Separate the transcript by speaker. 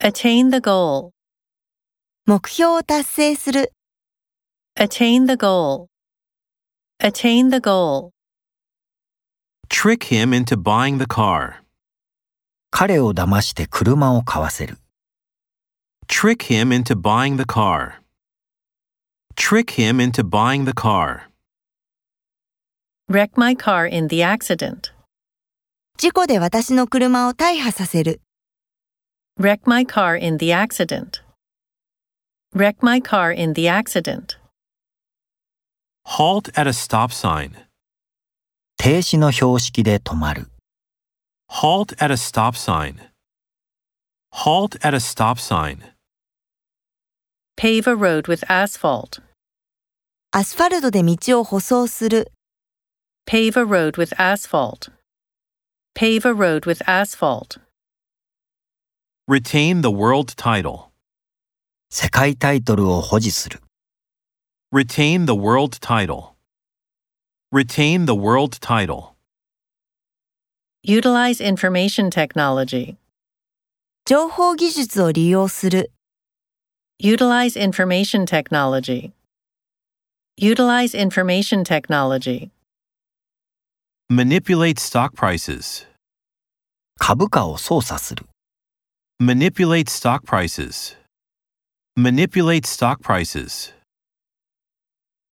Speaker 1: Attain the goal.
Speaker 2: 目標を達成する、
Speaker 1: Attain the goal. Attain the goal.
Speaker 3: Trick him into buying the car.
Speaker 4: 彼を騙して車を買わせる。
Speaker 3: Trick him into buying the car. Trick him into buying the car.
Speaker 1: Wreck my car in the accident.
Speaker 2: 事故で私の車を大破させる、
Speaker 1: Wreck my car in the accident. Wreck my car in the accident.
Speaker 3: Halt at a stop sign.
Speaker 4: 停止の標識で止まる。
Speaker 3: Halt at a stop sign. Halt at a stop sign.
Speaker 1: Pave a road with asphalt.
Speaker 2: アスファルトで道を舗装する、
Speaker 1: Pave a road with asphalt. Pave a road with asphalt.
Speaker 3: Retain the world title.
Speaker 4: 世界タイトルを保持する。
Speaker 3: Retain the world title. Retain the world title.
Speaker 1: Utilize information technology.
Speaker 2: 情報技術を利用する、
Speaker 1: Utilize information technology. Utilize information technology.
Speaker 3: Manipulate stock prices.
Speaker 4: 株価を操作する。
Speaker 3: Manipulate stock prices. Manipulate stock prices.